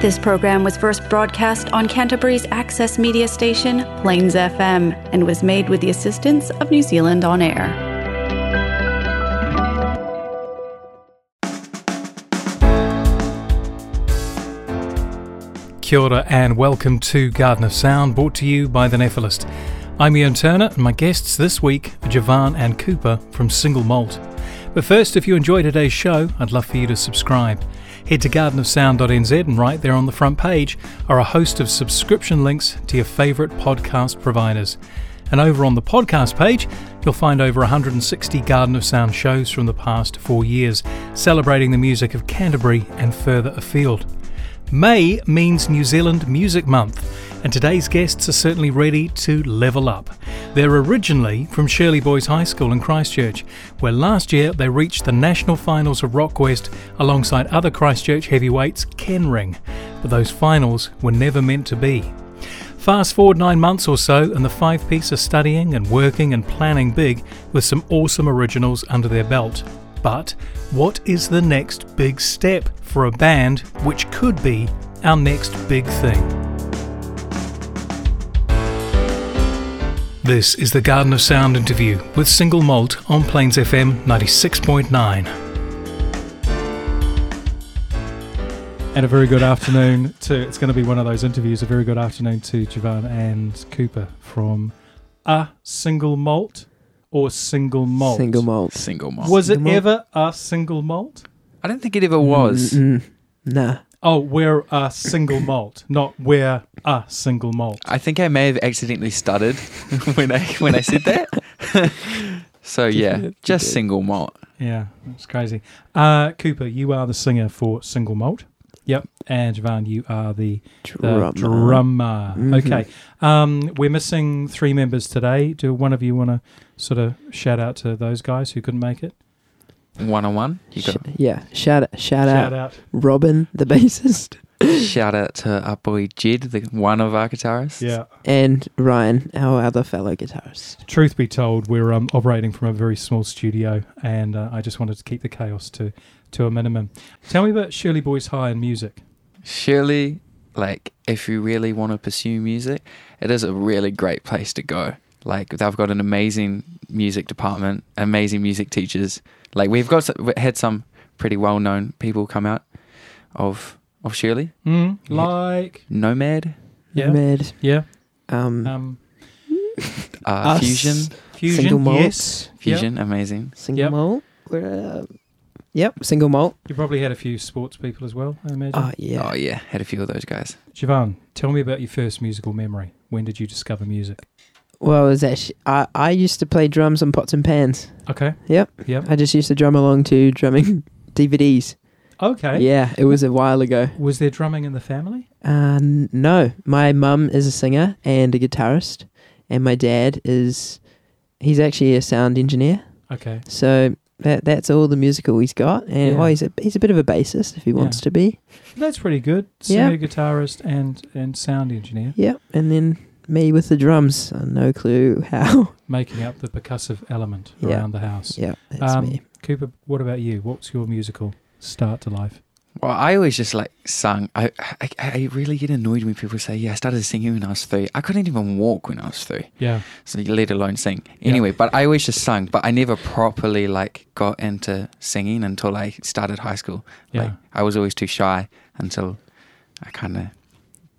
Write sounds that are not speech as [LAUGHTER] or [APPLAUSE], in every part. This program was first broadcast on Canterbury's access media station, Plains FM, and was made with the assistance of New Zealand On Air. Kia ora and welcome to Garden of Sound, brought to you by The Nephilist. I'm Ian Turner, and my guests this week are Javan and Cooper from Single Malt. But first, if you enjoy today's show, I'd love for you to subscribe. Head to gardenofsound.nz and right there on the front page are a host of subscription links to your favourite podcast providers. And over on the podcast page, you'll find over 160 Garden of Sound shows from the past four years, celebrating the music of Canterbury and further afield. May means New Zealand Music Month, and today's guests are certainly ready to level up. They're originally from Shirley Boys High School in Christchurch, where last year they reached the national finals of Rockquest alongside other Christchurch heavyweights Kenring, but those finals were never meant to be. Fast forward nine months or so, and the five piece are studying and working and planning big with some awesome originals under their belt. But what is the next big step for a band which could be our next big thing? This is the Garden of Sound interview with Single Malt on Plains FM 96.9. And a very good afternoon to, it's going to be one of those interviews, a very good afternoon to Javan and Cooper from A Single Malt or Single Malt. Single malt. Single malt. Was it Single malt. ever A Single Malt? I don't think it ever was. Mm, nah. Oh, we're a single malt, not we're a single malt. I think I may have accidentally stuttered [LAUGHS] when I when I said that. [LAUGHS] so yeah, just single malt. Yeah, that's crazy. Uh, Cooper, you are the singer for Single Malt. Yep. And Javan, you are the the Drummer. drummer. Mhm. Okay. Um, we're missing three members today. Do one of you want to sort of shout out to those guys who couldn't make it? One on one. You Sh- got yeah. Shout out, shout, Shout out, out. Robin, the [LAUGHS] bassist, shout out to our boy Jed, the one of our guitarists. Yeah. and Ryan, our other fellow guitarist. Truth be told, we're um, operating from a very small studio, and uh, I just wanted to keep the chaos to to a minimum. Tell me about Shirley Boys High and music. Surely, like if you really want to pursue music, it is a really great place to go. Like they've got an amazing music department, amazing music teachers. Like we've got s- we had some pretty well known people come out of of Shirley. Mm, Yeah. like Nomad, yeah, Mid, yeah. um, Um, uh, us, Fusion. fusion, Single malt. yes, yeah. Fusion, amazing. Single Yep. malt. We're, uh, yep. Single malt. You probably had a few sports people as well, I imagine. Oh yeah. Oh yeah, had a few of those guys. Siobhan, tell me about your first musical memory. When did you discover music? Well, it was actually I, I used to play drums on pots and pans. Okay. Yep. Yep. I just used to drum along to drumming [LAUGHS] DVDs. Okay. Yeah, it was a while ago. Was there drumming in the family? Uh, n- no, my mum is a singer and a guitarist, and my dad is he's actually a sound engineer. Okay. So that that's all the musical he's got, and Yeah. well, he's a he's a bit of a bassist if he wants Yeah. to be. That's pretty good. Yeah. Singer, guitarist, and and sound engineer, Yeah, and then me with the drums. Uh, no clue how. [LAUGHS] making up the percussive element Yeah. around the house. yeah, that's Um, me. Cooper, what about you? What's your musical start to life? Well, I always just like sung. I, I I really get annoyed when people say, "Yeah, I started singing when I was three. I couldn't even walk when I was three, Yeah. so let alone sing." Yeah. Anyway, but I always just sung, but I never properly like got into singing until I started high school. Yeah. Like I was always too shy until I kind of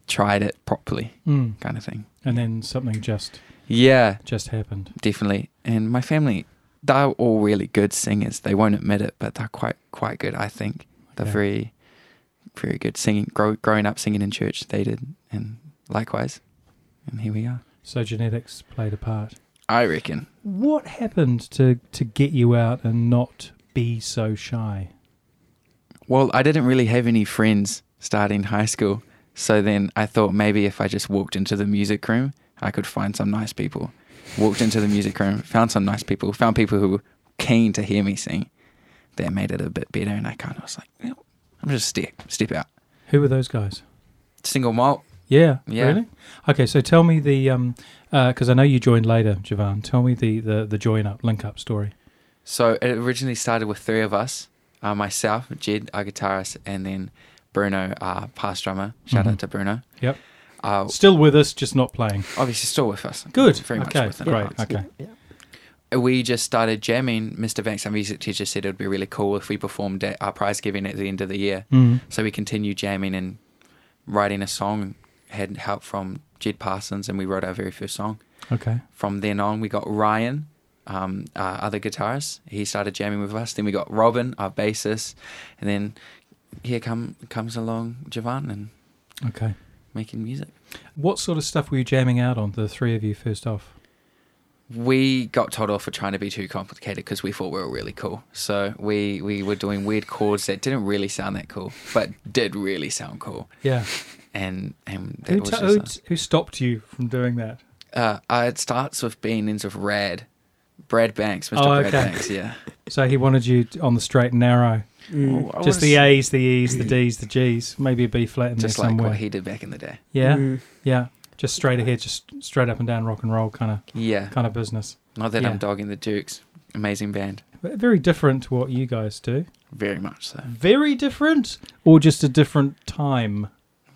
tried it properly, Mm. kind of thing. And then something just Yeah, just happened. definitely. And my family, they're all really good singers. They won't admit it, but they're quite quite good. I think they're Okay. very, very good singing. Grow, growing up singing in church, they did, and likewise. And here we are. So genetics played a part. I reckon. What happened to to get you out and not be so shy? Well, I didn't really have any friends starting high school, so then I thought maybe if I just walked into the music room, I could find some nice people. Walked into the music room, found some nice people, found people who were keen to hear me sing. That made it a bit better, and I kind of was like, you know, I'm just step step out. Who were those guys? single malt. Yeah, Yeah. Really? Okay, so tell me the um because I know you joined later, Javan. Tell me the the the join up, link up story. So it originally started with three of us: uh, myself, Jed, our guitarist, and then Bruno, our past drummer. Shout out to Bruno. Mm-hmm. Yep. Uh, Still with us, just not playing. obviously, still with us. Good. Very much okay. with us. Great. Okay. we just started jamming. Mr. Banks, our music teacher, said it would be really cool if we performed at our prize giving at the end of the year. Mm. So we continued jamming and writing a song. Had help from Jed Parsons, and we wrote our very first song. Okay. From then on, we got Ryan, um, our other guitarist. He started jamming with us. Then we got Robin, our bassist, and then here come comes along Javan and Okay. making music. What sort of stuff were you jamming out on, the three of you, first off? we got told off for trying to be too complicated because we thought we were really cool. So we we were doing weird chords that didn't really sound that cool, but did really sound cool. Yeah. And and that Who, was ta- who, just t- who stopped you from doing that? uh, uh, it starts with being into Rad, Brad Banks, Mr. Oh, Brad okay. [LAUGHS] Banks, yeah. So he wanted you t- on the straight and narrow. Mm. Well, I wanna Just the s- A's, the E's, [CLEARS THROAT] the D's, the G's, maybe a B flat in just there like somewhere. what he Mm. did back in the day. yeah. Mm. Yeah. Just straight ahead, just straight up and down rock and roll kind of Yeah, kind of business. not that yeah. I'm dogging the Dukes, amazing band, But very different to what you guys do. very much so, Very different, or just a different time.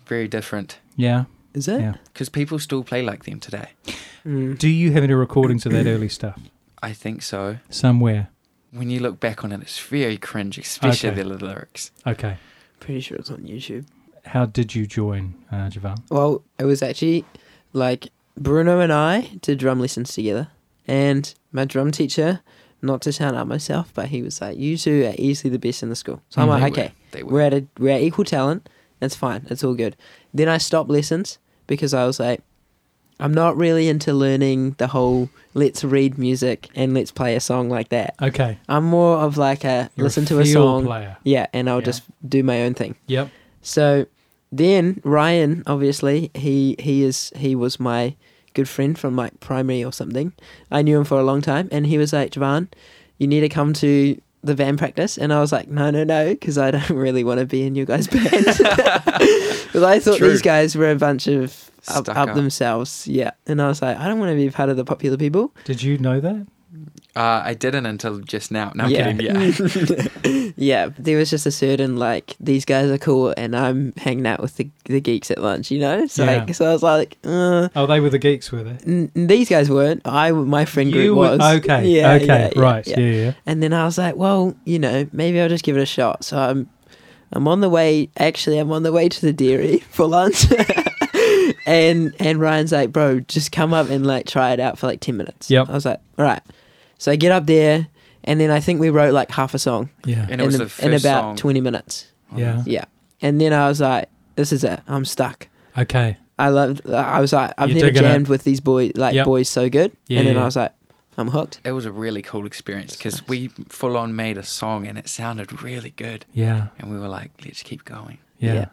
very different Yeah. Is it? Yeah. because people still play like them today. Mm. Do you have any recordings of that [CLEARS THROAT] early stuff I think so. somewhere? When you look back on it, it's very cringe, especially Okay. the lyrics. Okay. Pretty sure it's on YouTube. How did you join, uh, Javan? Well, it was actually like Bruno and I did drum lessons together, and my drum teacher, not to sound out myself, but he was like, "You two are easily the best in the school." So I'm Mm, They like, were- "Okay, they were. we're at a, we're at equal talent. That's fine. It's all good." Then I stopped lessons because I was like, "I'm not really into learning the whole let's read music and let's play a song like that. Okay. I'm more of like a You're listen to a field song, player. yeah, and I'll Yeah. just do my own thing." Yep. So then Ryan, obviously, he he is he was my good friend from like primary or something. I knew him for a long time, and he was like, Javan, you need to come to the band practice, and I was like, no, no, no, because I don't [LAUGHS] really want to be in your guys' band. [LAUGHS] Because I thought True. these guys were a bunch of up, Stuck up up. themselves, yeah. And I was like, I don't want to be part of the popular people. Did you know that? Uh, I didn't until just now. No, I'm Yeah. kidding. [LAUGHS] Yeah. Yeah, but there was just a certain like these guys are cool, and I'm hanging out with the, the geeks at lunch, you know. So Yeah. like, so I was like, uh, Oh, they were the geeks, were they? N- these guys weren't. I my friend group You were was. okay. okay. right. Yeah. Yeah. And then I was like, well, you know, maybe I'll just give it a shot. So I'm, I'm on the way. Actually, I'm on the way to the dairy [LAUGHS] for lunch. and and Ryan's like, bro, just come up and like try it out for like ten minutes. Yep. I was like, all right. So I get up there, and then I think we wrote like half a song Yeah. And it in, was a- the first in about song. twenty minutes. Yeah. Yeah. And then I was like, this is it. I'm stuck. Okay. I loved. I was like, I've You're never digging jammed it. with these boys, like Yep. boys so good. Yeah, and then yeah. I was like, I'm hooked. It was a really cool experience because we full on made a song and it sounded really good. Yeah. And we were like, let's keep going. Yeah. Yeah.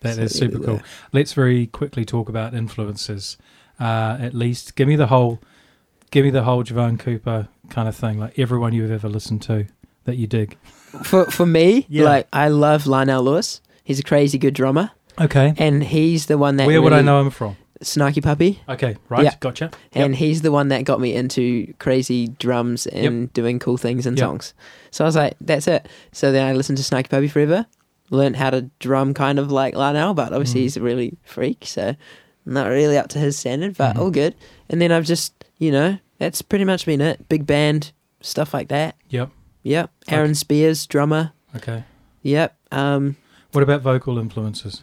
that is So there super you cool. go. Let's very quickly talk about influences. Uh, at least give me the whole give me the whole Javon Cooper kind of thing, like everyone you've ever listened to that you dig. For for me, Yeah. like I love Lionel Lewis. He's a crazy good drummer, Okay. and he's the one that Where would I really- know him from? Snarky Puppy, Okay, right, Yeah. gotcha. and he's the one that got me into crazy drums and doing cool things and Yep. songs. So I was like, that's it. So then I listened to Snarky Puppy forever. Learned how to drum kind of like Lionel, but Mm. obviously he's a really freak, so not really up to his standard, but Mhm. all good. And then I've just, you know, that's pretty much been it. Big band stuff like that. Yep. Yep. Aaron Okay. Spears, drummer. Okay. Yep. Um, What about vocal influences?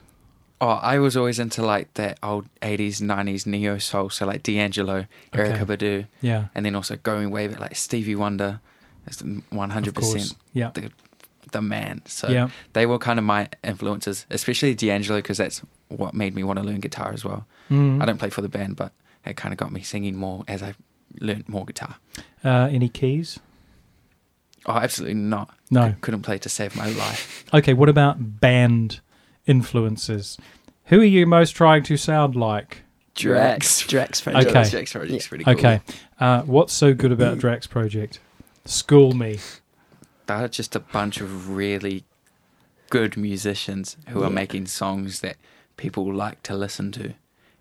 Oh, I was always into like that old 80s, 90s neo soul. So like D'Angelo, Erica Okay. Badu, Yeah. and then also going way back like Stevie Wonder. That's the Of 100% course. Yeah. the, the man. So Yeah. they were kind of my influences, especially D'Angelo because that's what made me want to learn guitar as well. Mm. I don't play for the band, but it kind of got me singing more as I learned more guitar. Uh, any keys? Oh, absolutely not. No. I couldn't play to save my [LAUGHS] life. Okay, what about band influences? Who are you most trying to sound like? Drax. Drax Frangela. Okay. Drax Project's pretty cool. Okay. Uh, what's so good Mm. about Drax Project? School me. They're just a bunch of really good musicians who are Yeah. making songs that people like to listen to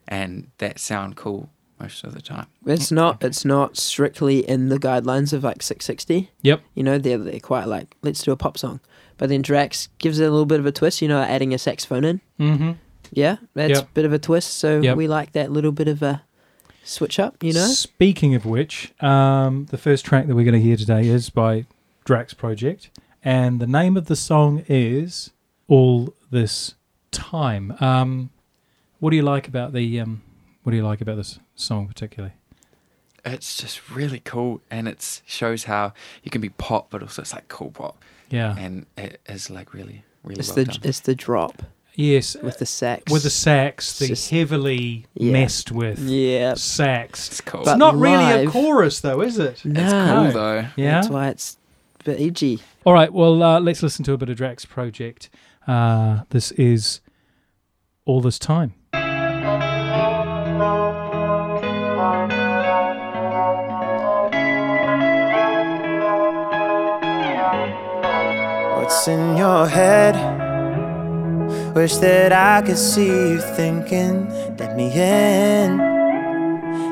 and that sound cool most of the time. Mm. It's not. It's not strictly in the guidelines of like 660. Yep. You know, they're they're quite like let's do a pop song, But then Drax gives it a little bit of a twist, you know, adding a saxophone in. Mm-hmm. Yeah, that's Yep. a bit of a twist. So Yep. we like that little bit of a switch up, you know? Speaking of which, um, the first track that we're going to hear today is by Drax Project, and the name of the song is "All This Time." Um, what do you like about the um, What do you like about this song particularly? It's just really cool, and it shows how you can be pop, but also it's like cool pop, Yeah. and it is like really, really It's well the done. it's the drop Yes. with the sax. With the sax, the Just- heavily Yeah. messed with yeah. sax. it's cool. But it's not really live- a chorus, though, is it? No, it's cool though. Yeah. that's why it's a bit edgy. All right. Well, uh, let's listen to a bit of Drax Project. Uh, this is all this time. What's in your head? Wish that I could see you thinking. Let me in.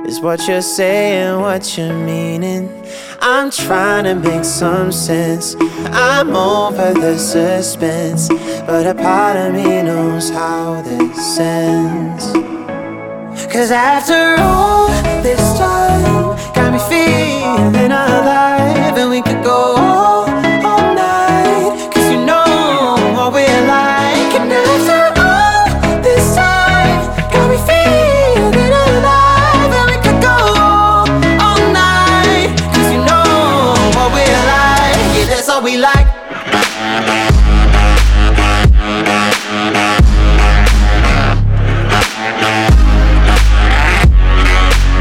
Is what you're saying, what you're meaning. I'm trying to make some sense. I'm over the suspense, but a part of me knows how this ends. Cause after all this time, got me feeling alive, and we could go all, all night. Cause you know what we're like. And after all this time, got me feeling alive, and we could go all, all night. Cause you know what we're like. Yeah, that's all we like.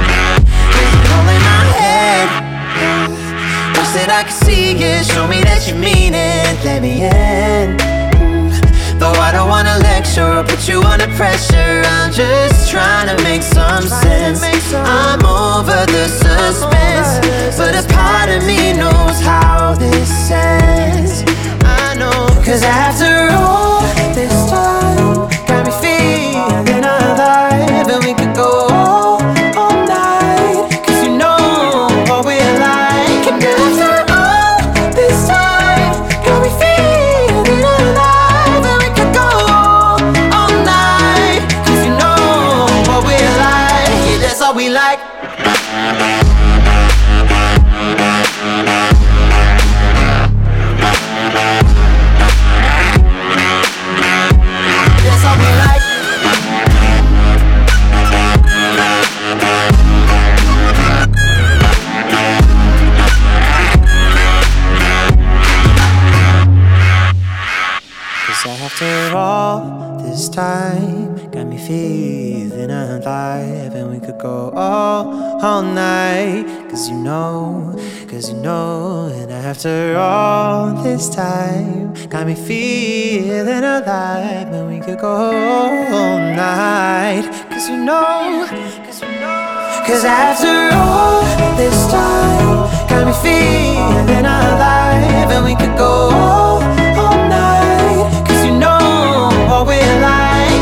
all in my head. Wish that I could see it. Show me that you mean it. Let me in. Mm. Though I don't wanna lecture or put you under pressure, I'm just trying to make some sense. I'm over the suspense, but a part of me knows how this ends. I know, cause after all this time, got me feeling alive, and we could go all, all night. Cause you know what we're like. And after all this time, got me feeling alive. And we could go all, all night. Cause you know what we're like. Yeah, that's all we like. That's all we like. Cause after all this time, got me feeling alive, and we could go all, all night. Cause you know, cause you know, and after all this time, got me feeling alive, and we could go all night. Cause you know, cause you know, cause after all this time, got me feeling alive, and we could go all, all night. Cause you know what we're like.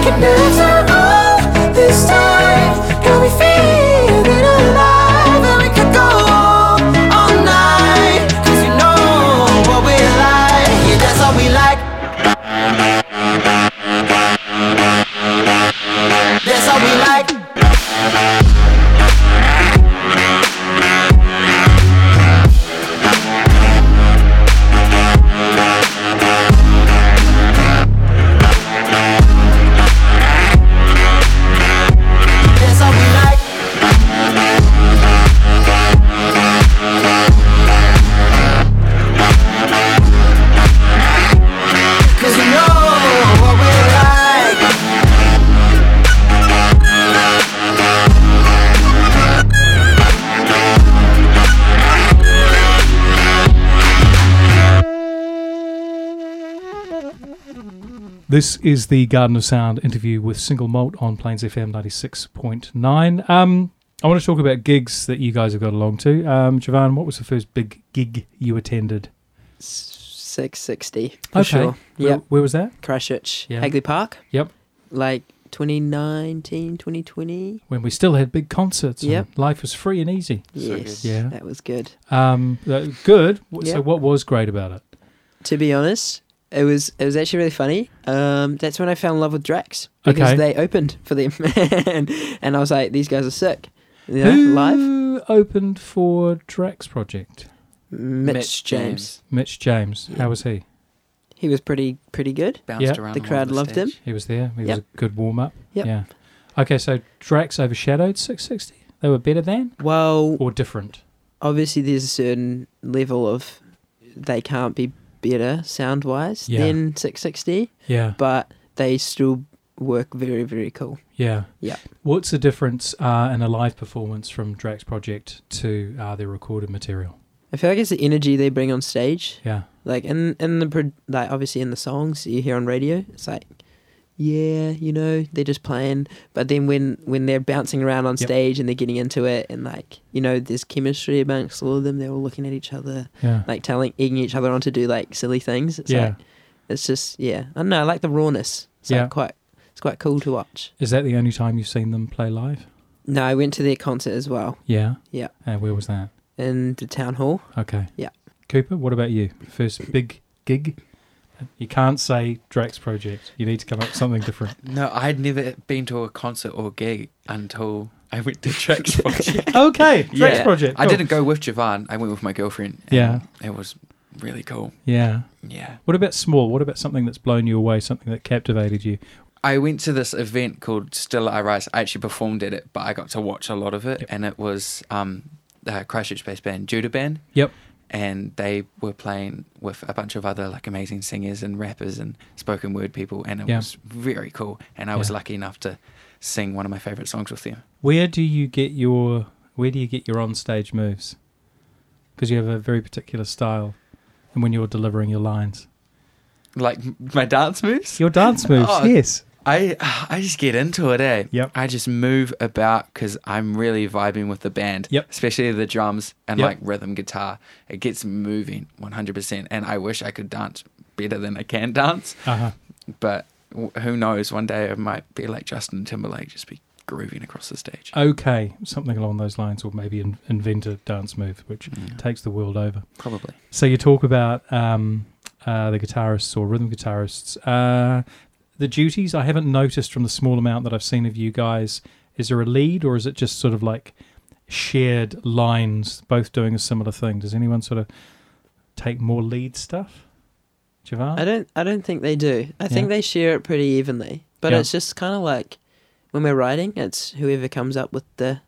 And after all this time, got me feeling alive. And we could go all, all night. Cause you know what we're like. Yeah, that's all we like. That's all we like. That's all we like. Cause you know what we're like. This is the Garden of Sound interview with Single Malt on Plains FM 96.9. Um, I want to talk about gigs that you guys have got along to. Um, Javan, what was the first big gig you attended? Six sixty. For Okay. sure. Where, Yep. where was that? Christchurch. Yeah. Hagley Park. Yep. Like 2019, 2020. When we still had big concerts. and Yep. Life was free and easy. Yes. good. Yeah. That was good. Um, uh, good. W- So, Yep. what was great about it? To be honest, It was it was actually really funny. Um, that's when I fell in love with Drax because Okay. they opened for them, [LAUGHS] and, and I was like, these guys are sick. You know, live. Who opened for Drax Project? Mitch, James. Mitch James. How was he? He was pretty pretty good. Bounced Yep. around The all crowd over loved him. stage. He was there. He was Yep. a good warm up. Yep. Yeah. Okay, so Drax overshadowed 660. They were better than Well, or different. obviously there's a certain level of they can't be better sound wise Yeah. than 660, Yeah. but they still work very very cool. Yeah. Yeah. What's the difference uh, in a live performance from Drax Project to uh, their recorded material? I feel like it's the energy they bring on stage. Yeah. like in in the pro- like obviously in the songs that you hear on radio it's like yeah you know they're just playing but then when when they're bouncing around on Yep. stage and they're getting into it and like you know there's chemistry amongst all of them they're all looking at each other Yeah. like telling egging each other on to do like silly things it's yeah. like it's just yeah i don't know i like the rawness it's Yeah. like quite it's quite cool to watch Is that the only time you've seen them play live? no i went to their concert as well Yeah. Yeah. And where was that? in the town hall Okay. Yeah. Cooper, what about you? First big gig? You can't say Drax Project. You need to come up with something [LAUGHS] different. No, I'd never been to a concert or gig until I went to [LAUGHS] Drax Project. okay. Drax Yeah. Project. I cool. didn't go with Javan. I went with my girlfriend. and Yeah. It was really cool. Yeah. Yeah. What about small? What about something that's blown you away, something that captivated you? I went to this event called Still I Rise. I actually performed at it, but I got to watch a lot of it. Yep. And it was um, uh, Christchurch based band Judah Band. Yep. And they were playing with a bunch of other like amazing singers and rappers and spoken word people. And it Yeah. was very cool. And I was Yeah. lucky enough to sing one of my favorite songs with them. Where do you get your where do you get your on stage moves? Because you have a very particular style and when you're delivering your lines. Like m- my dance moves. Your dance moves, Oh. yes. I I just get into it, eh? Yep. I just move about because I'm really vibing with the band. Yep. Especially the drums and Yep. like rhythm guitar. It gets moving 100%. And I wish I could dance better than I can dance. Uh-huh. But w- who knows? One day I might be like Justin Timberlake, just be grooving across the stage. Uh, Okay, something along those lines, or maybe in, invent a dance move, which Yeah, takes the world over. probably. So you talk about um, uh, the guitarists or rhythm guitarists. Uh, the duties I haven't noticed from the small amount that I've seen of you guys. Is there a lead, or is it just sort of like shared lines, both doing a similar thing? Does anyone sort of take more lead stuff? Javan, I don't I don't think they do. I Yeah. think they share it pretty evenly. But Yeah. it's just kind of like when we're writing, it's whoever comes up with the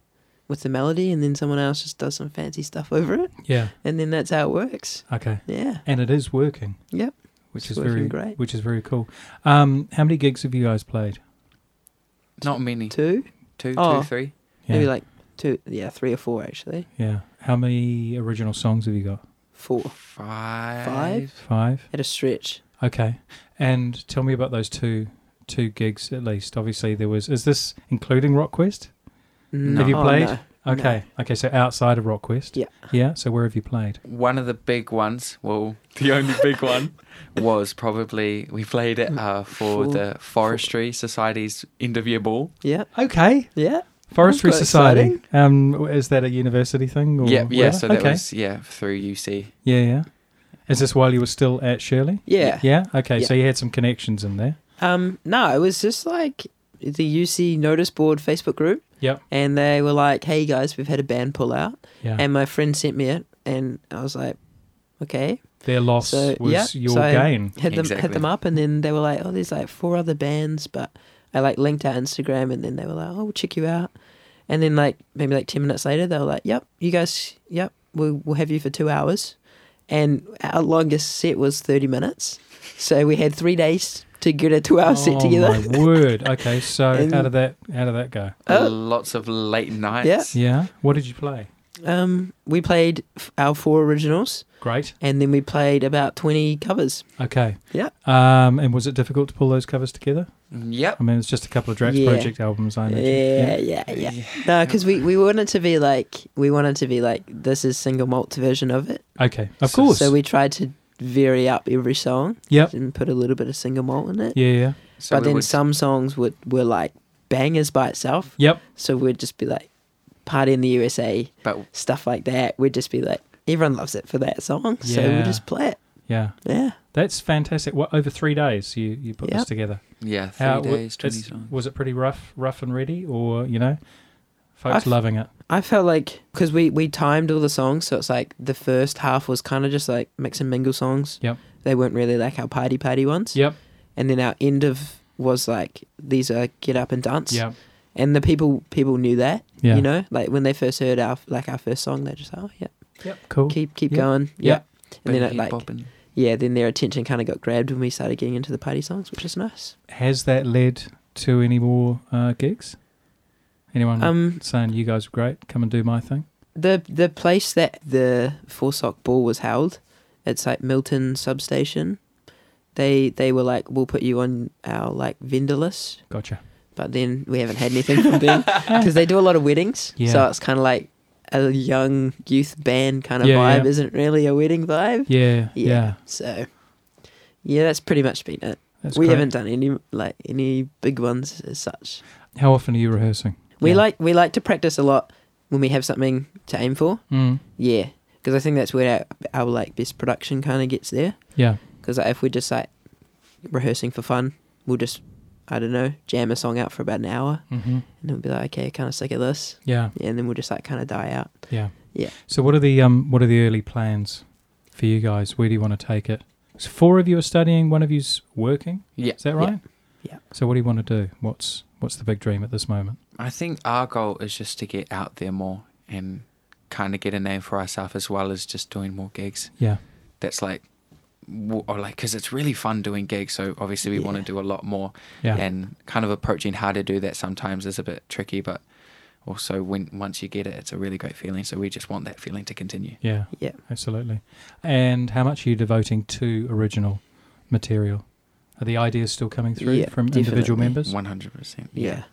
with the melody and then someone else just does some fancy stuff over it yeah, and then that's how it works. okay, Yeah. and it is working. Yep. which It's is working very great. which is very cool. Um, how many gigs have you guys played? Not many. Two, Two? two, three. Oh. Yeah, Maybe like two yeah, three or four actually. yeah. How many original songs have you got? Four. Five. Five? Five. At a stretch. Okay, and tell me about those two two gigs at least. Obviously, there was. Is this including RockQuest? No. Have you Oh, played? no. Okay, okay. So outside of RockQuest. Yeah. Yeah. So where have you played? One of the big ones, well, [LAUGHS] the only big one, [LAUGHS] was probably we played it uh, for For- the Forestry Society's end of year ball. Yeah. Okay, Yeah. Forestry quite Society. Um, is that a university thing? Or Yeah, yeah. whatever? So that okay. was yeah through UC. Yeah, yeah. Is this while you were still at Shirley? Yeah. Yeah. Okay. Yeah. So you had some connections in there. Um no, it was just like the UC notice board Facebook group Yep. and they were like, "Hey guys, we've had a band pull out." Yeah. And my friend sent me it, and I was like, okay. Their loss So, was yeah, your so I- gain. Hit them, Exactly. hit them up, and then they were like, oh, there's like four other bands, but I like linked our Instagram, and then they were like, oh, we'll check you out. And then like maybe like ten minutes later, they were like, yep, you guys, yep, we'll we'll have you for two hours. And our longest set was thirty minutes, so we had three days to get a two-hour set together. Oh, my word. Okay. So [LAUGHS] And- how did that how did that go? Oh. Lots of late nights. Yeah. What did you play? [LAUGHS] Um, we played f- our four originals, Great. and then we played about twenty covers. Okay. Yeah. Um, and was it difficult to pull those covers together? Yep. I mean, it's just a couple of Drax Yeah. Project albums, I imagine. Yeah, yeah, yeah. No, because we, we wanted to be like we wanted to be like this is single malt version of it. Okay. Of So- course. So we tried to vary up every song Yep. and put a little bit of single malt in it. Yeah. Yeah. So but we then would- some songs would were like bangers by itself. Yep. So we'd just be like party in the USA But stuff like that. We'd just be like everyone loves it for that song, so Yeah. we'll just play it. Yeah. Yeah, That's fantastic. What over three days you you put this Yep. together? Yeah, three How- w- days, twenty it's- songs. Was it pretty rough, rough and ready, or you know, folks I've- loving it? I felt like because we we timed all the songs, so it's like the first half was kind of just like mix and mingle songs. Yep. They weren't really like our party party ones. Yep, And then our end of was like these are get up and dance. yep, And the people people knew that. yeah. You know, like when they first heard our like our first song, they just oh yeah, yep, cool. keep keep Yeah. going. Yeah. Yeah. And then it Big like hip-hop and- yeah, then their attention kind of got grabbed when we started getting into the party songs, which is nice. Has that led to any more uh, gigs? Anyone Um, saying you guys are great? Come and do my thing. the the place that the four sock ball was held, it's like Milton substation. They they were like, we'll put you on our like vendor list, Gotcha. but then we haven't had anything [LAUGHS] from them because they do a lot of weddings. Yeah. So it's kind of like a young youth band kind of Yeah, vibe. yeah. Isn't really a wedding vibe. Yeah, yeah. So yeah, that's pretty much been it. That's we great. haven't done any like any big ones as such. How often are you rehearsing? We Yeah. like we like to practice a lot when we have something to aim for. Mm. Yeah, because I think that's where our, our like best production kind of gets there. Yeah, Because like, if we're just like rehearsing for fun, we'll just I don't know jam a song out for about an hour, Mm-hmm. hmm and then we'll be like, okay, kind of sick of this, yeah, yeah, and then we'll just like kind of die out. yeah, Yeah. So what are the um what are the early plans for you guys? Where do you want to take it? So four of you are studying, one of you's working. Yeah. Is that right? Yeah. So what do you want to do? What's what's the big dream at this moment? I think our goal is just to get out there more and kind of get a name for ourselves as well as just doing more gigs. Yeah. That's like, w- or like, because it's really fun doing gigs. So obviously we want to Yeah. do a lot more. Yeah. And kind of approaching how to do that sometimes is a bit tricky, but also when once you get it, it's a really great feeling. So we just want that feeling to continue. Yeah. Yeah. Absolutely. And how much are you devoting to original material? Are the ideas still coming through Yeah, from individual definitely. members? One hundred percent. Yeah.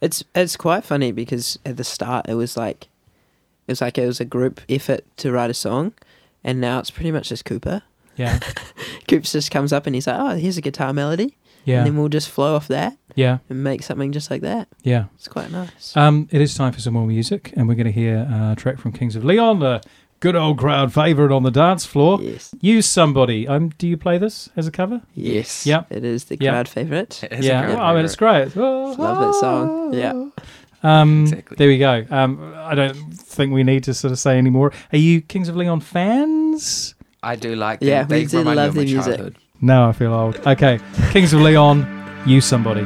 it's it's quite funny because at the start it was like it was like it was a group effort to write a song, and now it's pretty much just Cooper. Yeah. Coops just comes up and he's like, oh, here's a guitar melody, [LAUGHS] and Yeah. then we'll just flow off that Yeah. and make something just like that. Yeah. It's quite nice. Um, it is time for some more music, and we're going to hear uh, a track from Kings of Leon, the good old crowd favourite on the dance floor. yes. Use somebody. Um, do you play this as a cover? Yes. Yep. It is the Yeah. crowd favorite. It is a yeah, great Well, I mean it's great. Oh. Love that song. Yeah. Um, Exactly. There we go. Um, I don't think we need to sort of say any more. Are you Kings of Leon fans? I do like. Them. Yeah, they we do remind me love of my the music. childhood. No, I feel old. Okay, Kings of Leon, you somebody.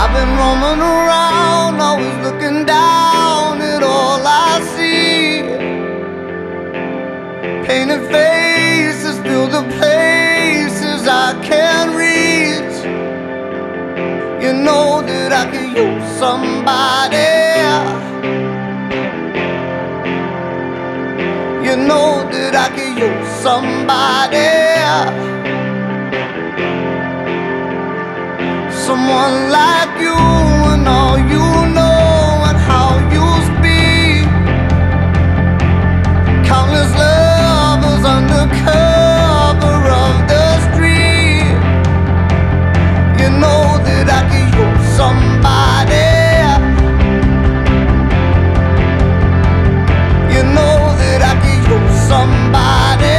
I've been roaming around, always looking down at all I see. Painted faces fill the places I can't reach. You know that I could use somebody. You know that I could use somebody. someone like you and all you know and how you speak. Countless lovers under cover of the street. You know that I can use somebody. You know that I can use somebody.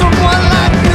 Someone like you.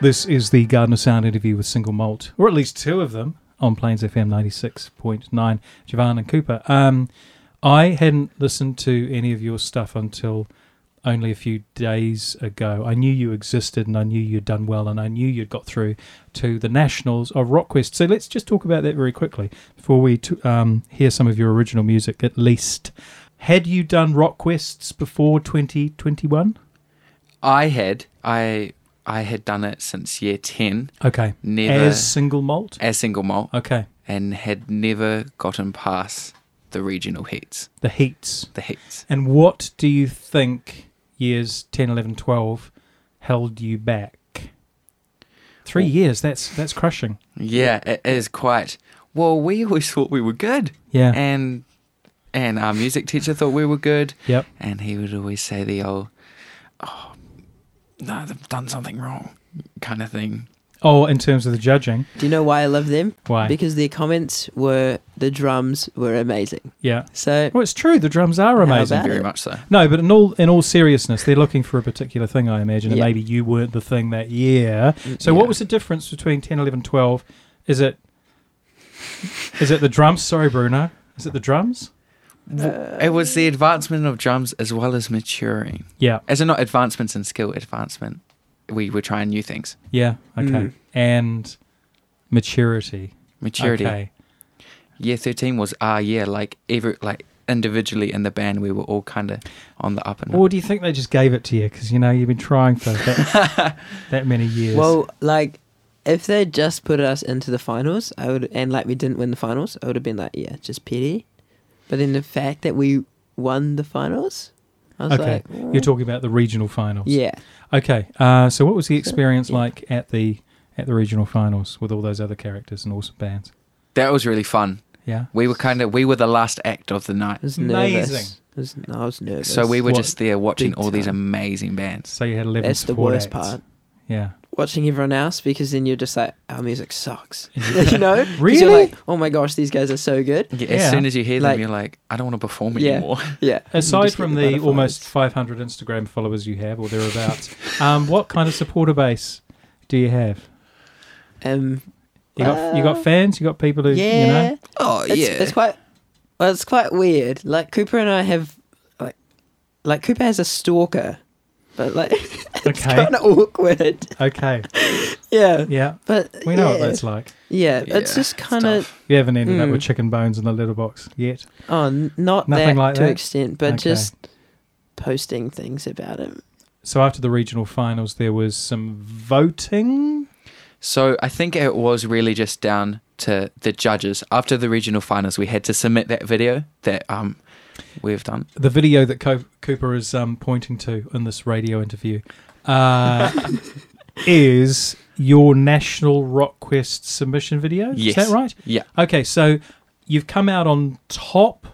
This is the Garden of Sound interview with Single Malt, or at least two of them, on Plains FM 96.9, Javan and Cooper. Um, I hadn't listened to any of your stuff until only a few days ago. I knew you existed and I knew you'd done well and I knew you'd got through to the Nationals of Rockquest. So let's just talk about that very quickly before we t- um, hear some of your original music, at least. Had you done Rockquests before 2021? I had I I had done it since year ten Okay. Never. As single malt? as single malt Okay. and had never gotten past the regional heats. The heats. The heats. And what do you think years 10, 11, 12 held you back? Oh. Three years, that's that's crushing. Yeah, it is quite. Well, we always thought we were good, Yeah. and and our music teacher thought we were good, yep. and he would always say the old, "Oh, no, they've done something wrong," kind of thing. Oh, in terms of the judging. Do you know why I love them? Why? Because their comments were the drums were amazing. yeah. So Well, it's true. The drums are amazing. about- Very it. much so. No, but in all in all seriousness, they're looking for a particular thing, I imagine, and Yeah. Mm, maybe you weren't the thing that year. So, what yeah. was the difference between 10, 11, 12? Is it is it the drums? Sorry, Bruno. Is it the drums? it was the advancement of drums as well as maturing. Yeah, As in, not advancements in skill, advancement. We were trying new things. yeah, okay, Mm. and maturity. Maturity. Okay. Year thirteen was our year. Like every like individually in the band, we were all kind of on the up and up. Or do you think they just gave it to you because you know you've been trying for that, [LAUGHS] that many years? well, like if they just put us into the finals, I would and like we didn't win the finals, I would have been like, yeah, just pity. But then the fact that we won the finals, I was okay, like, you're talking about the regional finals. yeah, Okay. Uh, so, what was the experience yeah. like at the at the regional finals with all those other characters and awesome bands? That was really fun. Yeah. We were kind of we were the last act of the night, I was nervous. Amazing. I was, I was nervous. so we were What- just there watching big all these time. amazing bands. So you had eleven. That's the support worst acts. part. Yeah. Watching everyone else because then you're just like, our music [LAUGHS] sucks. [LAUGHS] you know? 'Cause Really? You're like, oh my gosh, these guys are so good. Yeah, Yeah. As soon as you hear them, Like- you're like, I don't want to perform Yeah. anymore. Yeah. You Aside just get from the the butterflies. almost 500 Instagram followers you have or thereabouts, um, what kind of supporter base do you have? um, You got you got Uh, fans. You got people who yeah, [LAUGHS] you know. Oh it's, yeah, it's quite. Well, it's quite weird. Like Cooper and I have, like, like Cooper has a stalker, but like [LAUGHS] it's Okay. kind of awkward. [LAUGHS] Okay. Yeah, Yeah. but We know yeah, what that's like. yeah, Yeah, it's just kind tough. of You haven't ended up Mm. with chicken bones in the litter box yet. oh, n- not Nothing that like to that? extent, but Okay. just posting things about it. So after the regional finals, there was some voting. So I think it was really just down to the judges. After the regional finals, we had to submit that video that um we've done. the video that Co- Cooper is um, pointing to in this radio interview uh, is your national Rockquest submission video. Yes. Is that right? Yeah, Okay, so you've come out on top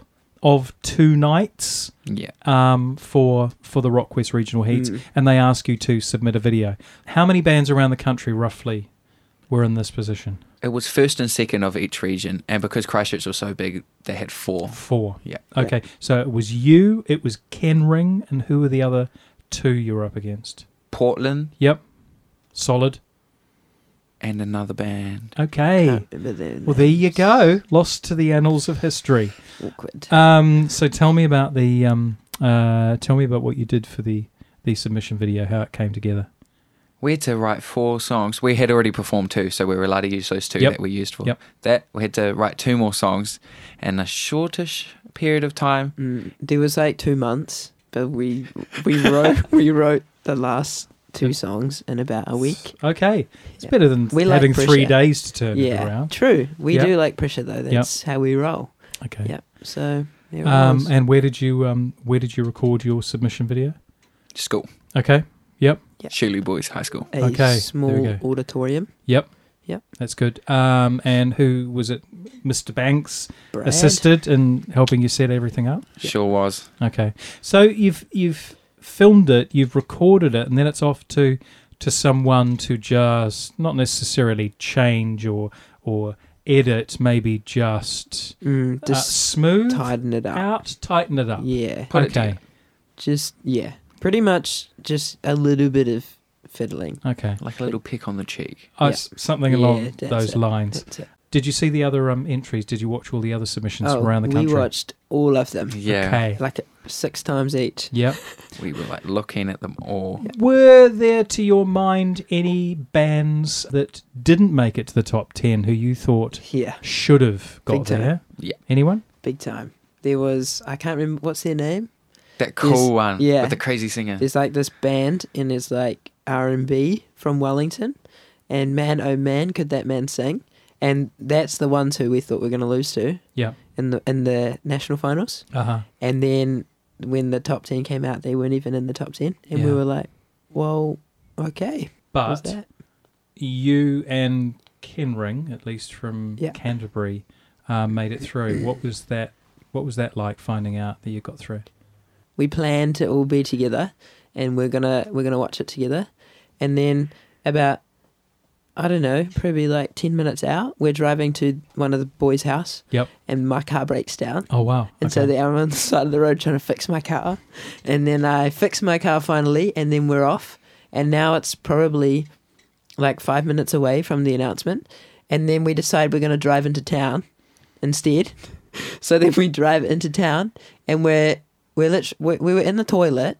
of two nights yeah. um, for for the Rockquest regional heats, Mm. and they ask you to submit a video. How many bands around the country roughly were in this position? It was first and second of each region, and because Christchurch was so big, they had four. Four. Yeah. Okay, so it was you, it was Ken Ring, and who were the other two you were up against? Portland Yep. Solid. and another band. Okay. Can't remember their Well, there you names. go. Lost to the annals of history. Awkward. Um, so tell me about the um, uh, tell me about what you did for the the submission video, how it came together. We had to write four songs. We had already performed two, so we were allowed to use those two Yep. that we used for Yep. that. We had to write two more songs in a shortish period of time. Mm, there was like two months, but we we wrote [LAUGHS] we wrote the last two songs in about a week. Okay, it's Yeah. better than We like having three pressure. days to turn yeah, it around. true. We Yep. do like pressure though. That's how we roll. Okay. Yep. So there it Um, was. and where did you um, where did you record your submission video? School, Okay, Yep. Shuley Boys High School. a okay, there we small go. auditorium. that's good. Um, and who was it? Mr. Banks Brad. assisted in helping you set everything up. Yeah. Sure was. Okay. So you've you've filmed it, you've recorded it, and then it's off to to someone to just not necessarily change or or edit, maybe just Mm, uh, just smooth tighten it up. out, tighten it up. Yeah. Put it okay. together. Just yeah. Pretty much just a little bit of fiddling. Okay. Like a little pick on the cheek. Oh, Yeah. it's something Yeah, along that's those it. lines. That's it. Did you see the other um, entries? Did you watch all the other submissions Oh, from around the country? we watched all of them, Yeah. Okay. like six times each. Yep. We were like looking at them all. Were there, to your mind, any bands that didn't make it to the top 10 who you thought Yeah, should have got Big time. there? Yeah. Anyone? big time. There was I can't remember what's their name. That cool one yeah. with the crazy singer. There's like this band and it's like R and B from Wellington, and man oh man could that man sing, and that's the ones who we thought we are gonna lose to Yeah. in the in the national finals. Uh huh. And then when the top 10 came out, they weren't even in the top 10. And we Yeah. were like, well, okay. What's But that? you and Kenring, at least from Yeah. Canterbury, uh, made it through. What was that? What was that like finding out that you got through? We plan to all be together and we're going to we're going to watch it together. And then about I don't know, probably like 10 minutes out, we're driving to one of the boys' house Yep. and my car breaks down. Oh wow. And so Okay. they are on the [LAUGHS] side of the road trying to fix my car. And then I fix my car finally, and then we're off. And now it's probably like five minutes away from the announcement. And then we decide we're going to drive into town instead. [LAUGHS] so then we drive into town, and we're we're lit- we, we were in the toilet.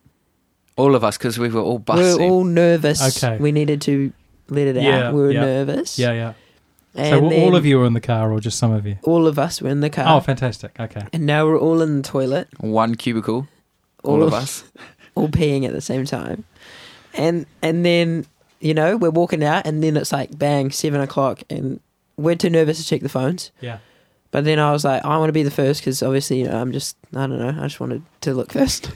all of us, because we were all We were busting. all nervous. Okay. We needed to let it Yeah, out. We were yeah. nervous. yeah, yeah. And so were all then Uh-huh. of you were in the car, or just some of you? all of us, were in the car. oh, fantastic. Okay. and now we're all in the toilet. One cubicle, all of us. all peeing at the same time. And and then, you know, we're walking out and then it's like bang, seven o'clock and we're too nervous to check the phones. Yeah. But then I was like, I want to be the first because obviously, you know, I'm just, I don't know, I just wanted to look [LAUGHS] first.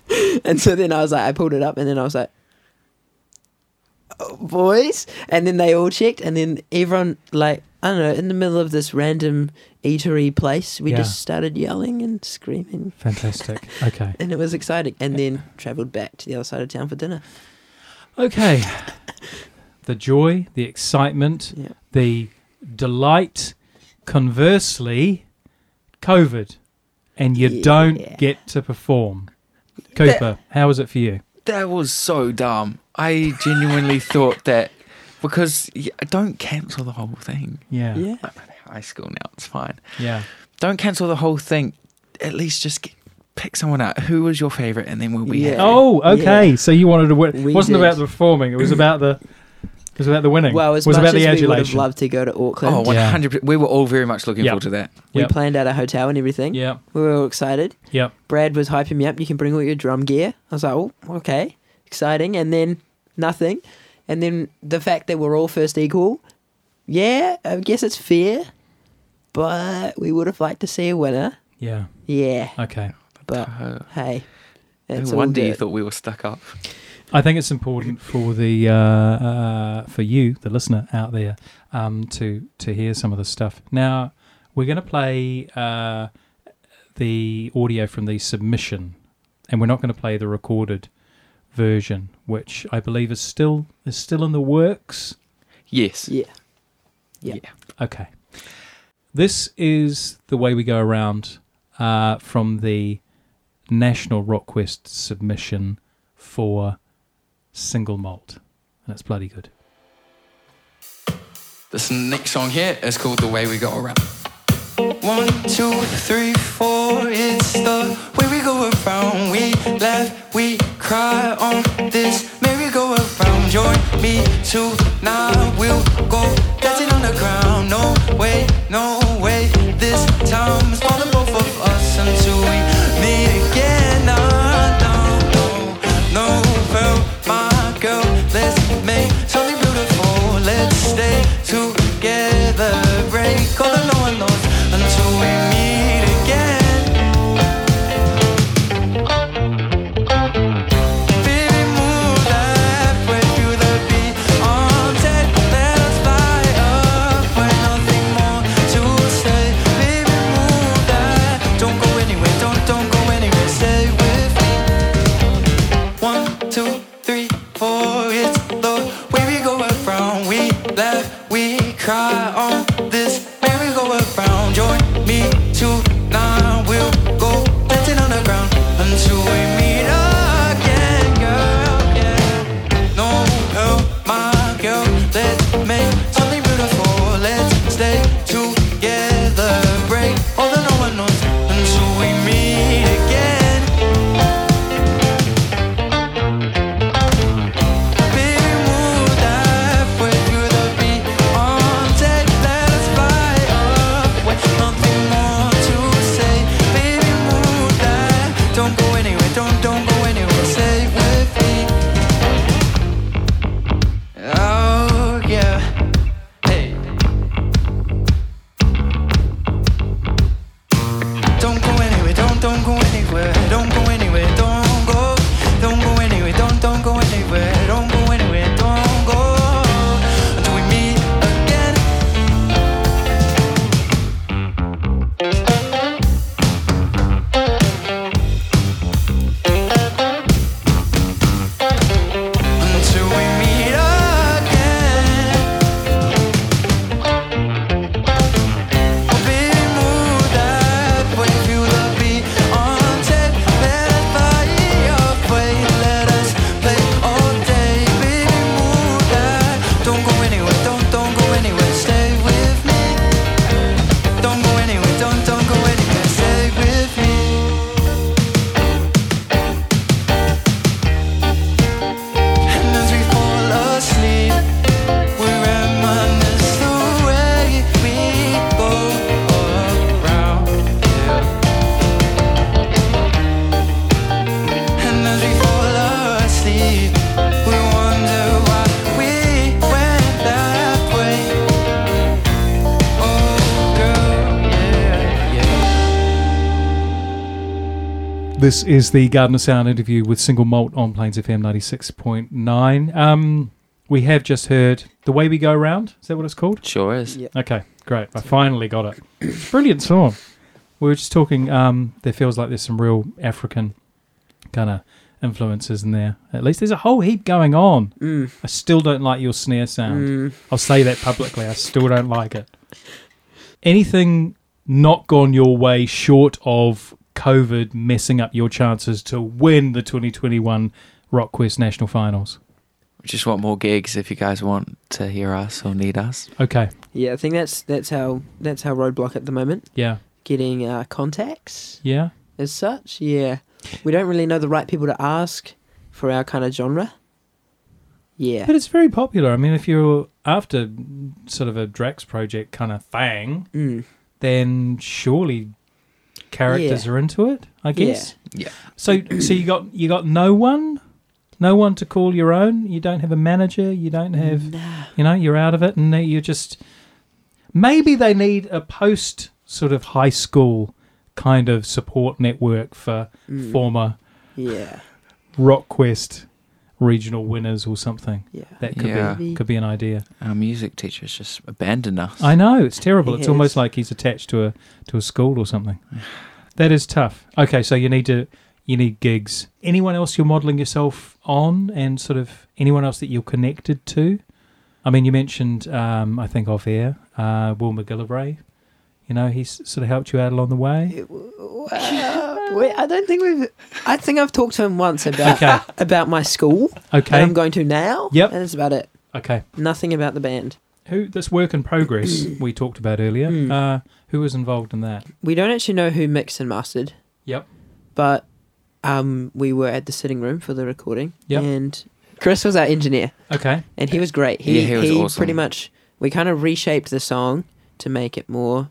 and so then I was like, I pulled it up and then I was like, oh, boys. And then they all checked and then everyone, like, I don't know, in the middle of this random eatery place, we Yeah. just started yelling and screaming. Fantastic. [LAUGHS] Okay. And it was exciting. And then travelled back to the other side of town for dinner. Okay. the joy, the excitement, Yeah. the delight. Conversely, COVID, and you Yeah. don't get to perform. Cooper, how was it for you? That was so dumb. I genuinely thought that because y- don't cancel the whole thing. Yeah. Yeah. I'm at high school now, it's fine. Yeah. Don't cancel the whole thing. At least just get, pick someone out. Who was your favorite? And then we'll be Yeah. happy. Oh, okay. Uh, Yeah. So you wanted to win. It We wasn't did. about the performing. It was about the. It was about the winning. Well, as it was much about the as we would have adulation. loved to go to Auckland, Oh, Yeah. 100%. We were all very much looking Yeah. forward to that. we Yep. planned out a hotel and everything. Yep. We were all excited. Yep. Brad was hyping me up. You can bring all your drum gear. I was like, oh, okay, exciting. And then nothing. And then the fact that we're all first equal. Yeah, I guess it's fair, but we would have liked to see a winner. Yeah. Yeah, Okay. but Uh, hey, it's no all wonder you good. thought we were stuck up. I think it's important for the uh, uh, for you, the listener out there, um, to to hear some of the stuff. Now we're going to play uh, the audio from the submission, and we're not going to play the recorded version, which I believe is still is still in the works. Yes. yeah, Okay. This is the way we go around uh, from the National Rockquest submission for single malt. And it's bloody good. This next song here is called The Way We Go Around. One, two, three, four, it's the way we go around. We laugh, we cry on this merry-go-around. Join me tonight, we'll go dancing on the ground. No way, no way, this time is for the both of us until we meet again. I don't know, no, my girl, let's make something beautiful. Let's stay together, break all the no one knows until we meet again. Baby, move that way through the beat on set. Let us light up when nothing more to say. Baby, move that. Don't go anywhere, don't don't go anywhere. Stay with me. One, two, three, four. It's the way we go around. We laugh, we cry on this merry go around. Join me tonight. We'll go dancing on the ground until we meet again, girl. Yeah. No, hell, my This is the Gardener Sound interview with Single Malt on Plains FM 96.9. Um, we have just heard The Way We Go Round. Is that what it's called? Sure is. Yeah. Okay, great. I finally got [COUGHS] it. Brilliant song. We were just talking. Um, there feels like there's some real African kind of influences in there. At least there's a whole heap going on. Mm. I still don't like your snare sound. Mm. I'll say that publicly. I still don't like it. Anything not gone your way short of COVID messing up your chances to win the 2021 RockQuest National Finals? Just want more gigs if you guys want to hear us or need us. Okay, Yeah, I think that's that's how that's how roadblock at the moment. yeah, Getting uh, contacts yeah. as such. Yeah, we don't really know the right people to ask for our kind of genre. Yeah. But it's very popular. I mean, if you're after sort of a Drax project kind of thing, Mm. then surely characters Yeah. are into it. I guess. Yeah. So, so you got you got no one, no one to call your own. You don't have a manager. You don't have, Nah. you know, you're out of it, and you're just. Maybe they need a post sort of high school kind of support network for Mm. former Yeah. RockQuest regional winners or something. Yeah. That could Yeah. be Maybe. could be an idea. Our music teacher's just abandoned us. I know it's terrible. He It's almost is. like he's attached to a to a school or something. That is tough. Okay, so you need to you need gigs. Anyone else you're modelling yourself on, and sort of anyone else that you're connected to? I mean, you mentioned um, I think off air uh, Will McGillivray. You know, he's sort of helped you out along the way. Wow. Wait, I don't think we've. I think I've talked to him once about Okay. about my school that Okay, I'm going to now. Yep. And that's about it. okay. Nothing about the band. Who this work in [CLEARS THROAT] progress we talked about earlier? Mm. Uh, who was involved in that? We don't actually know who mixed and mastered. Yep. But um, we were at the sitting room for the recording. Yep. And Chris was our engineer, Okay, and he was great. He, Yeah, he was awesome. pretty much we kind of reshaped the song to make it more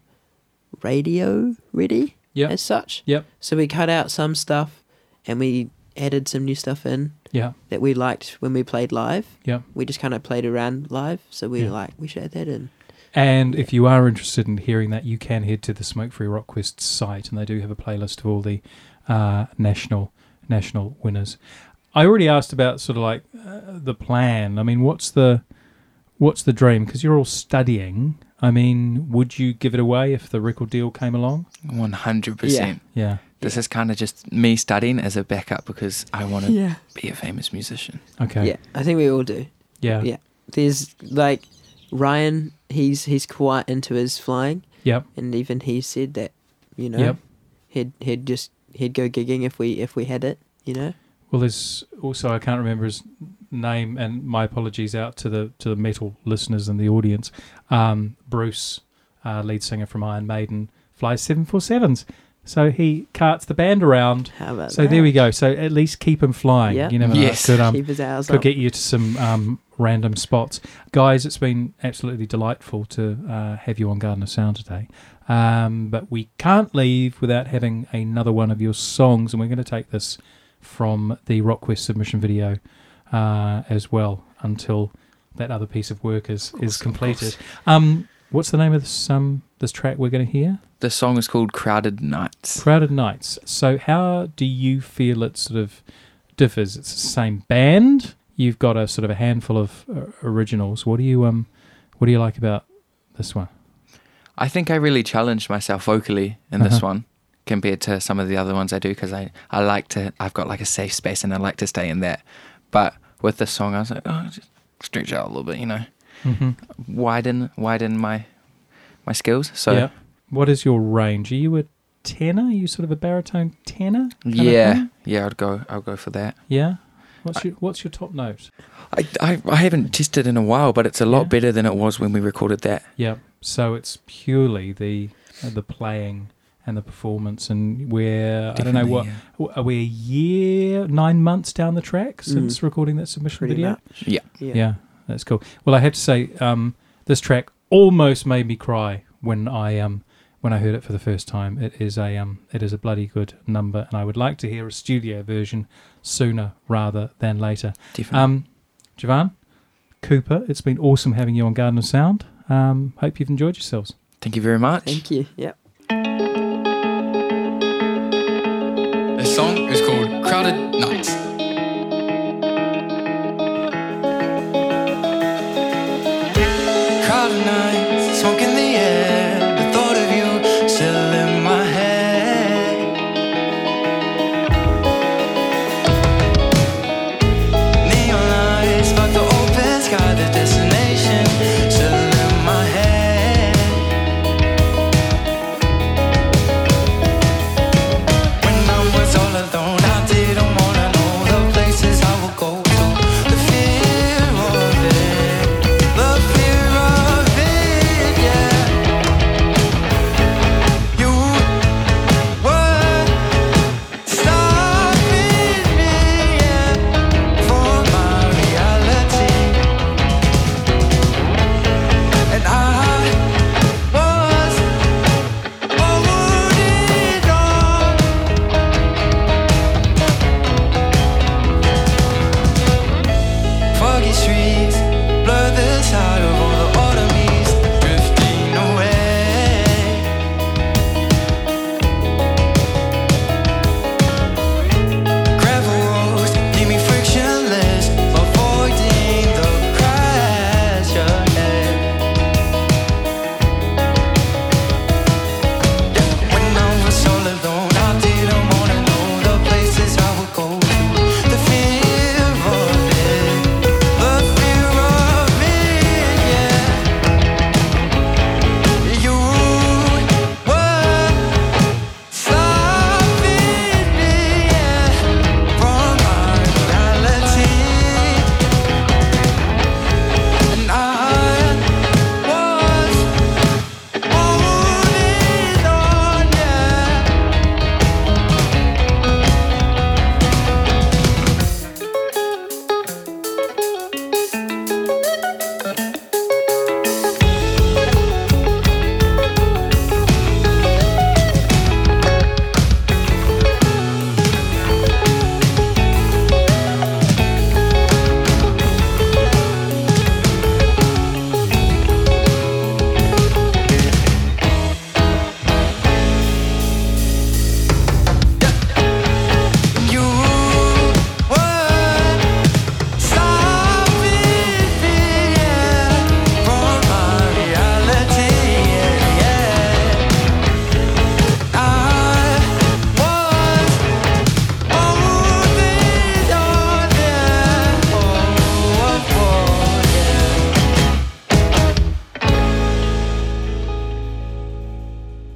radio ready. Yep. As such. Yep. So we cut out some stuff, and we added some new stuff in. yeah, that we liked when we played live. Yeah. We just kind of played around live, so we Yeah. like we shared that in. And if you are interested in hearing that, you can head to the Smoke Free Rockquist site, and they do have a playlist of all the uh, national national winners. I already asked about sort of like uh, the plan. I mean, what's the what's the dream? Because you're all studying. I mean, would you give it away if the record deal came along? 100%. Yeah. Yeah. This is kind of just me studying as a backup because I want to Yeah. be a famous musician. Okay. Yeah, I think we all do. Yeah. Yeah. There's like Ryan, he's he's quite into his flying, Yep. and even he said that, you know, Yep. he'd he'd just he'd go gigging if we if we had it, you know. Well, there's also I can't remember his name, and my apologies out to the to the metal listeners and the audience. Um, Bruce, uh, lead singer from Iron Maiden, flies seven four sevens, so he carts the band around. How about So that? there we go. So at least keep him flying. Yeah. You never know. Yes. Could, um, Keep his hours could up. get you to some um, random spots. Guys, it's been absolutely delightful to uh, have you on Garden of Sound today. Um, but we can't leave without having another one of your songs, and we're going to take this from the RockQuest submission video uh, as well until that other piece of work is, is completed. Um, what's the name of this, um, this track we're going to hear? The song is called Crowded Nights. Crowded Nights. So, how do you feel it sort of differs? It's the same band. You've got a sort of a handful of uh, originals. What do you um, what do you like about this one? I think I really challenged myself vocally in this Uh-huh. one compared to some of the other ones I do because I, I like to, I've got like a safe space and I like to stay in that. But with this song, I was like, oh, just stretch out a little bit, you know, Mm-hmm. widen, widen my, my skills. So yeah. What is your range? Are you a tenor? Are you sort of a baritone tenor? kind of yeah, thing? yeah, I'd go, I'll go for that. Yeah. What's your What's your top note? I, I, I haven't tested in a while, but it's a lot Yeah. better than it was when we recorded that. Yeah. So it's purely the uh, the playing and the performance, and where I don't know Definitely, what are we a year nine months down the track since recording that submission pretty video? much. Yeah. Yeah. Yeah. that's cool. Well, I have to say, um, this track almost made me cry when I um when I heard it for the first time. It is a um it is a bloody good number, and I would like to hear a studio version sooner rather than later. Definitely. Um, Javan, Cooper, it's been awesome having you on Garden of Sound. Um, hope you've enjoyed yourselves. Thank you very much. Thank you. Yep. The song Good night. Crowded nights, smoke in the air. The thought of you still in my head. Neon lights, but the open sky, the destination still in my head. When I was all alone, I didn't wanna know the places I would go to. The fear of it, the fear of it, yeah. You were stopping me, yeah, for my reality, and I was holding on. Foggy streets blur the side of all the automies drifting away. Gravel roads leave me frictionless, avoiding the crash ahead. When I was all alone, I didn't wanna know the places I would go to. The fear of it, the fear of it, yeah. You were stopping me yeah, from my reality, and I was holding on, yeah. You were stopping me from my reality. I was holding on, Oh, yeah.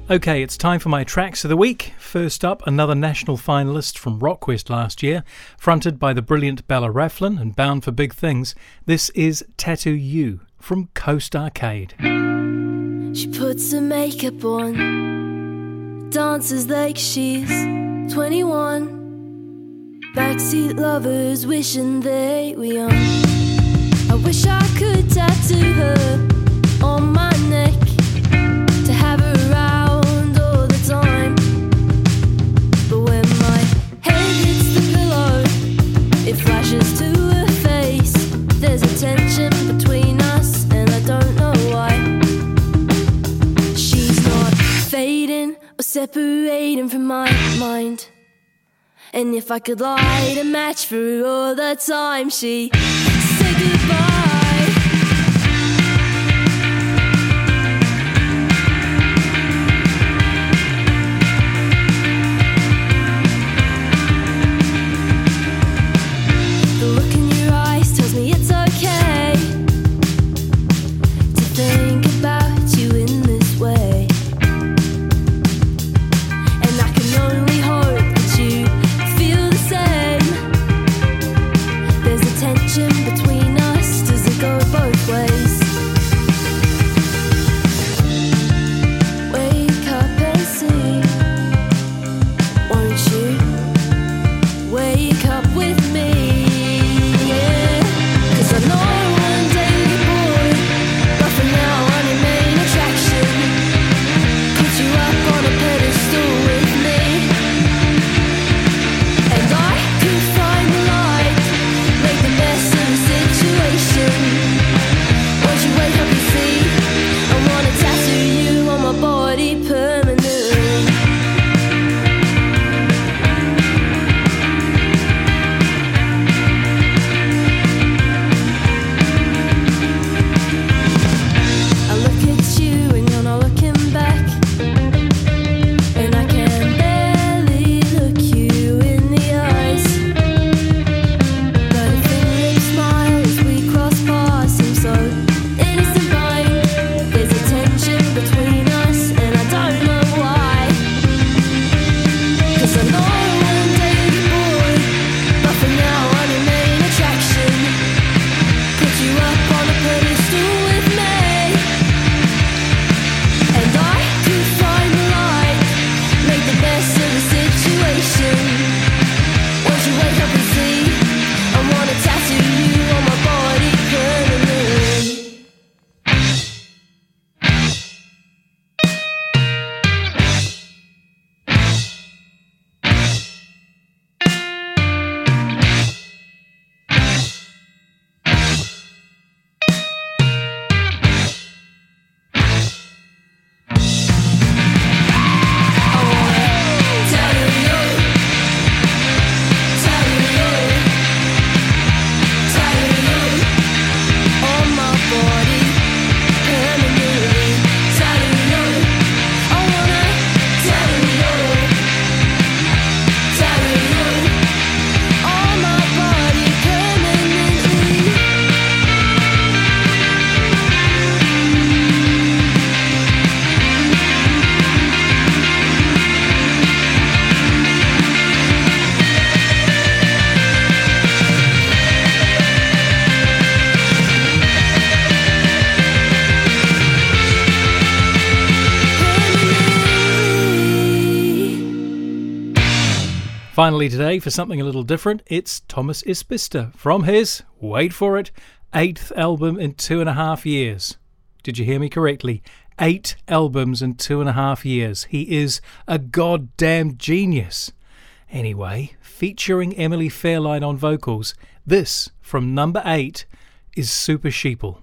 Okay, it's time for my tracks of the week. First up, another national finalist from Rockquest last year, fronted by the brilliant Bella Raflin and bound for big things. This is Tattoo You from Coast Arcade. She puts her makeup on, dances like she's 21. Backseat lovers wishing they were young. I wish I could tattoo her on my neck to have her around all the time. But when my head hits the pillow, it flashes to her face. There's a tension between us, and I don't know why. She's not fading or separating from my mind. And if I could light a match for her all the time, she said goodbye. The look in your eyes tells me it's okay to think about you in this way. And I can only hope that you feel the same. There's a tension between us. Does Finally, today, for something a little different, it's Thomas Isbister from his, wait for it, eighth album in two and a half years. Did you hear me correctly? Eight albums in two and a half years. He is a goddamn genius. Anyway, featuring Emily Fairline on vocals, this from number eight is Super Sheeple.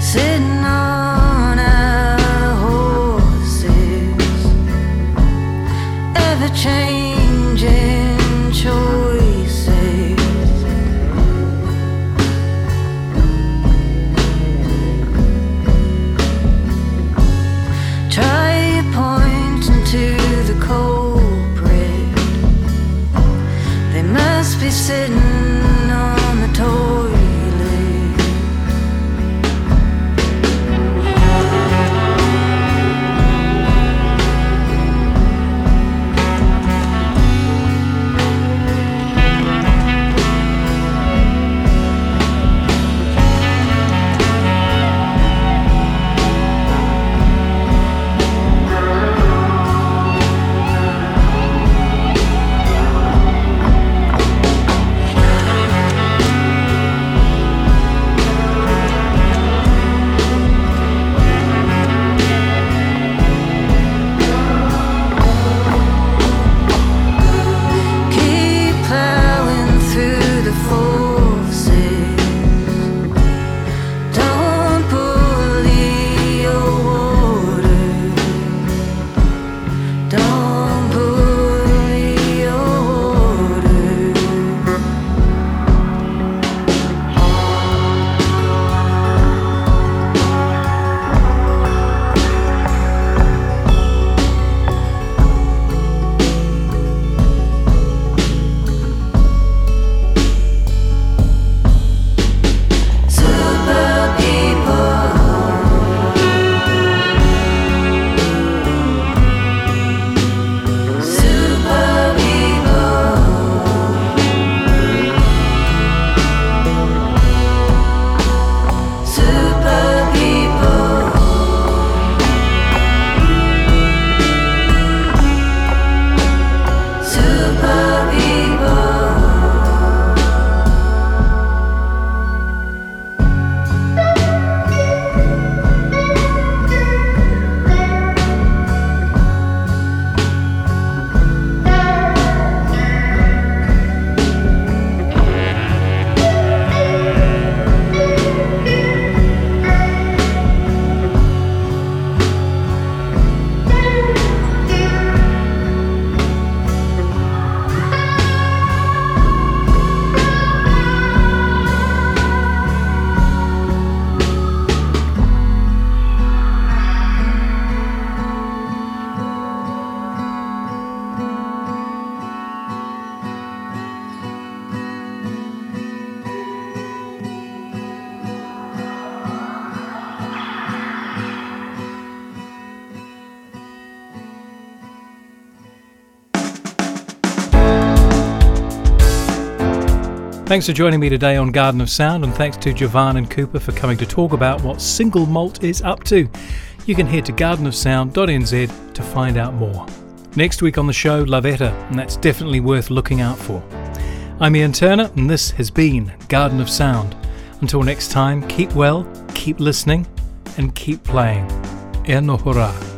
Sitting on our horses, ever changing choices. Try pointing to the culprit. They must be sitting on the toilet. Keep plowing through the forces. Don't bully your water. Don't bully your water. Super people. Super people. Super people. Super people. Thanks for joining me today on Garden of Sound, and thanks to Javan and Cooper for coming to talk about what Single Malt is up to. You can head to gardenofsound.nz to find out more. Next week on the show, Lavetta, and that's definitely worth looking out for. I'm Ian Turner, and this has been Garden of Sound. Until next time, keep well, keep listening, and keep playing. E no hurrah.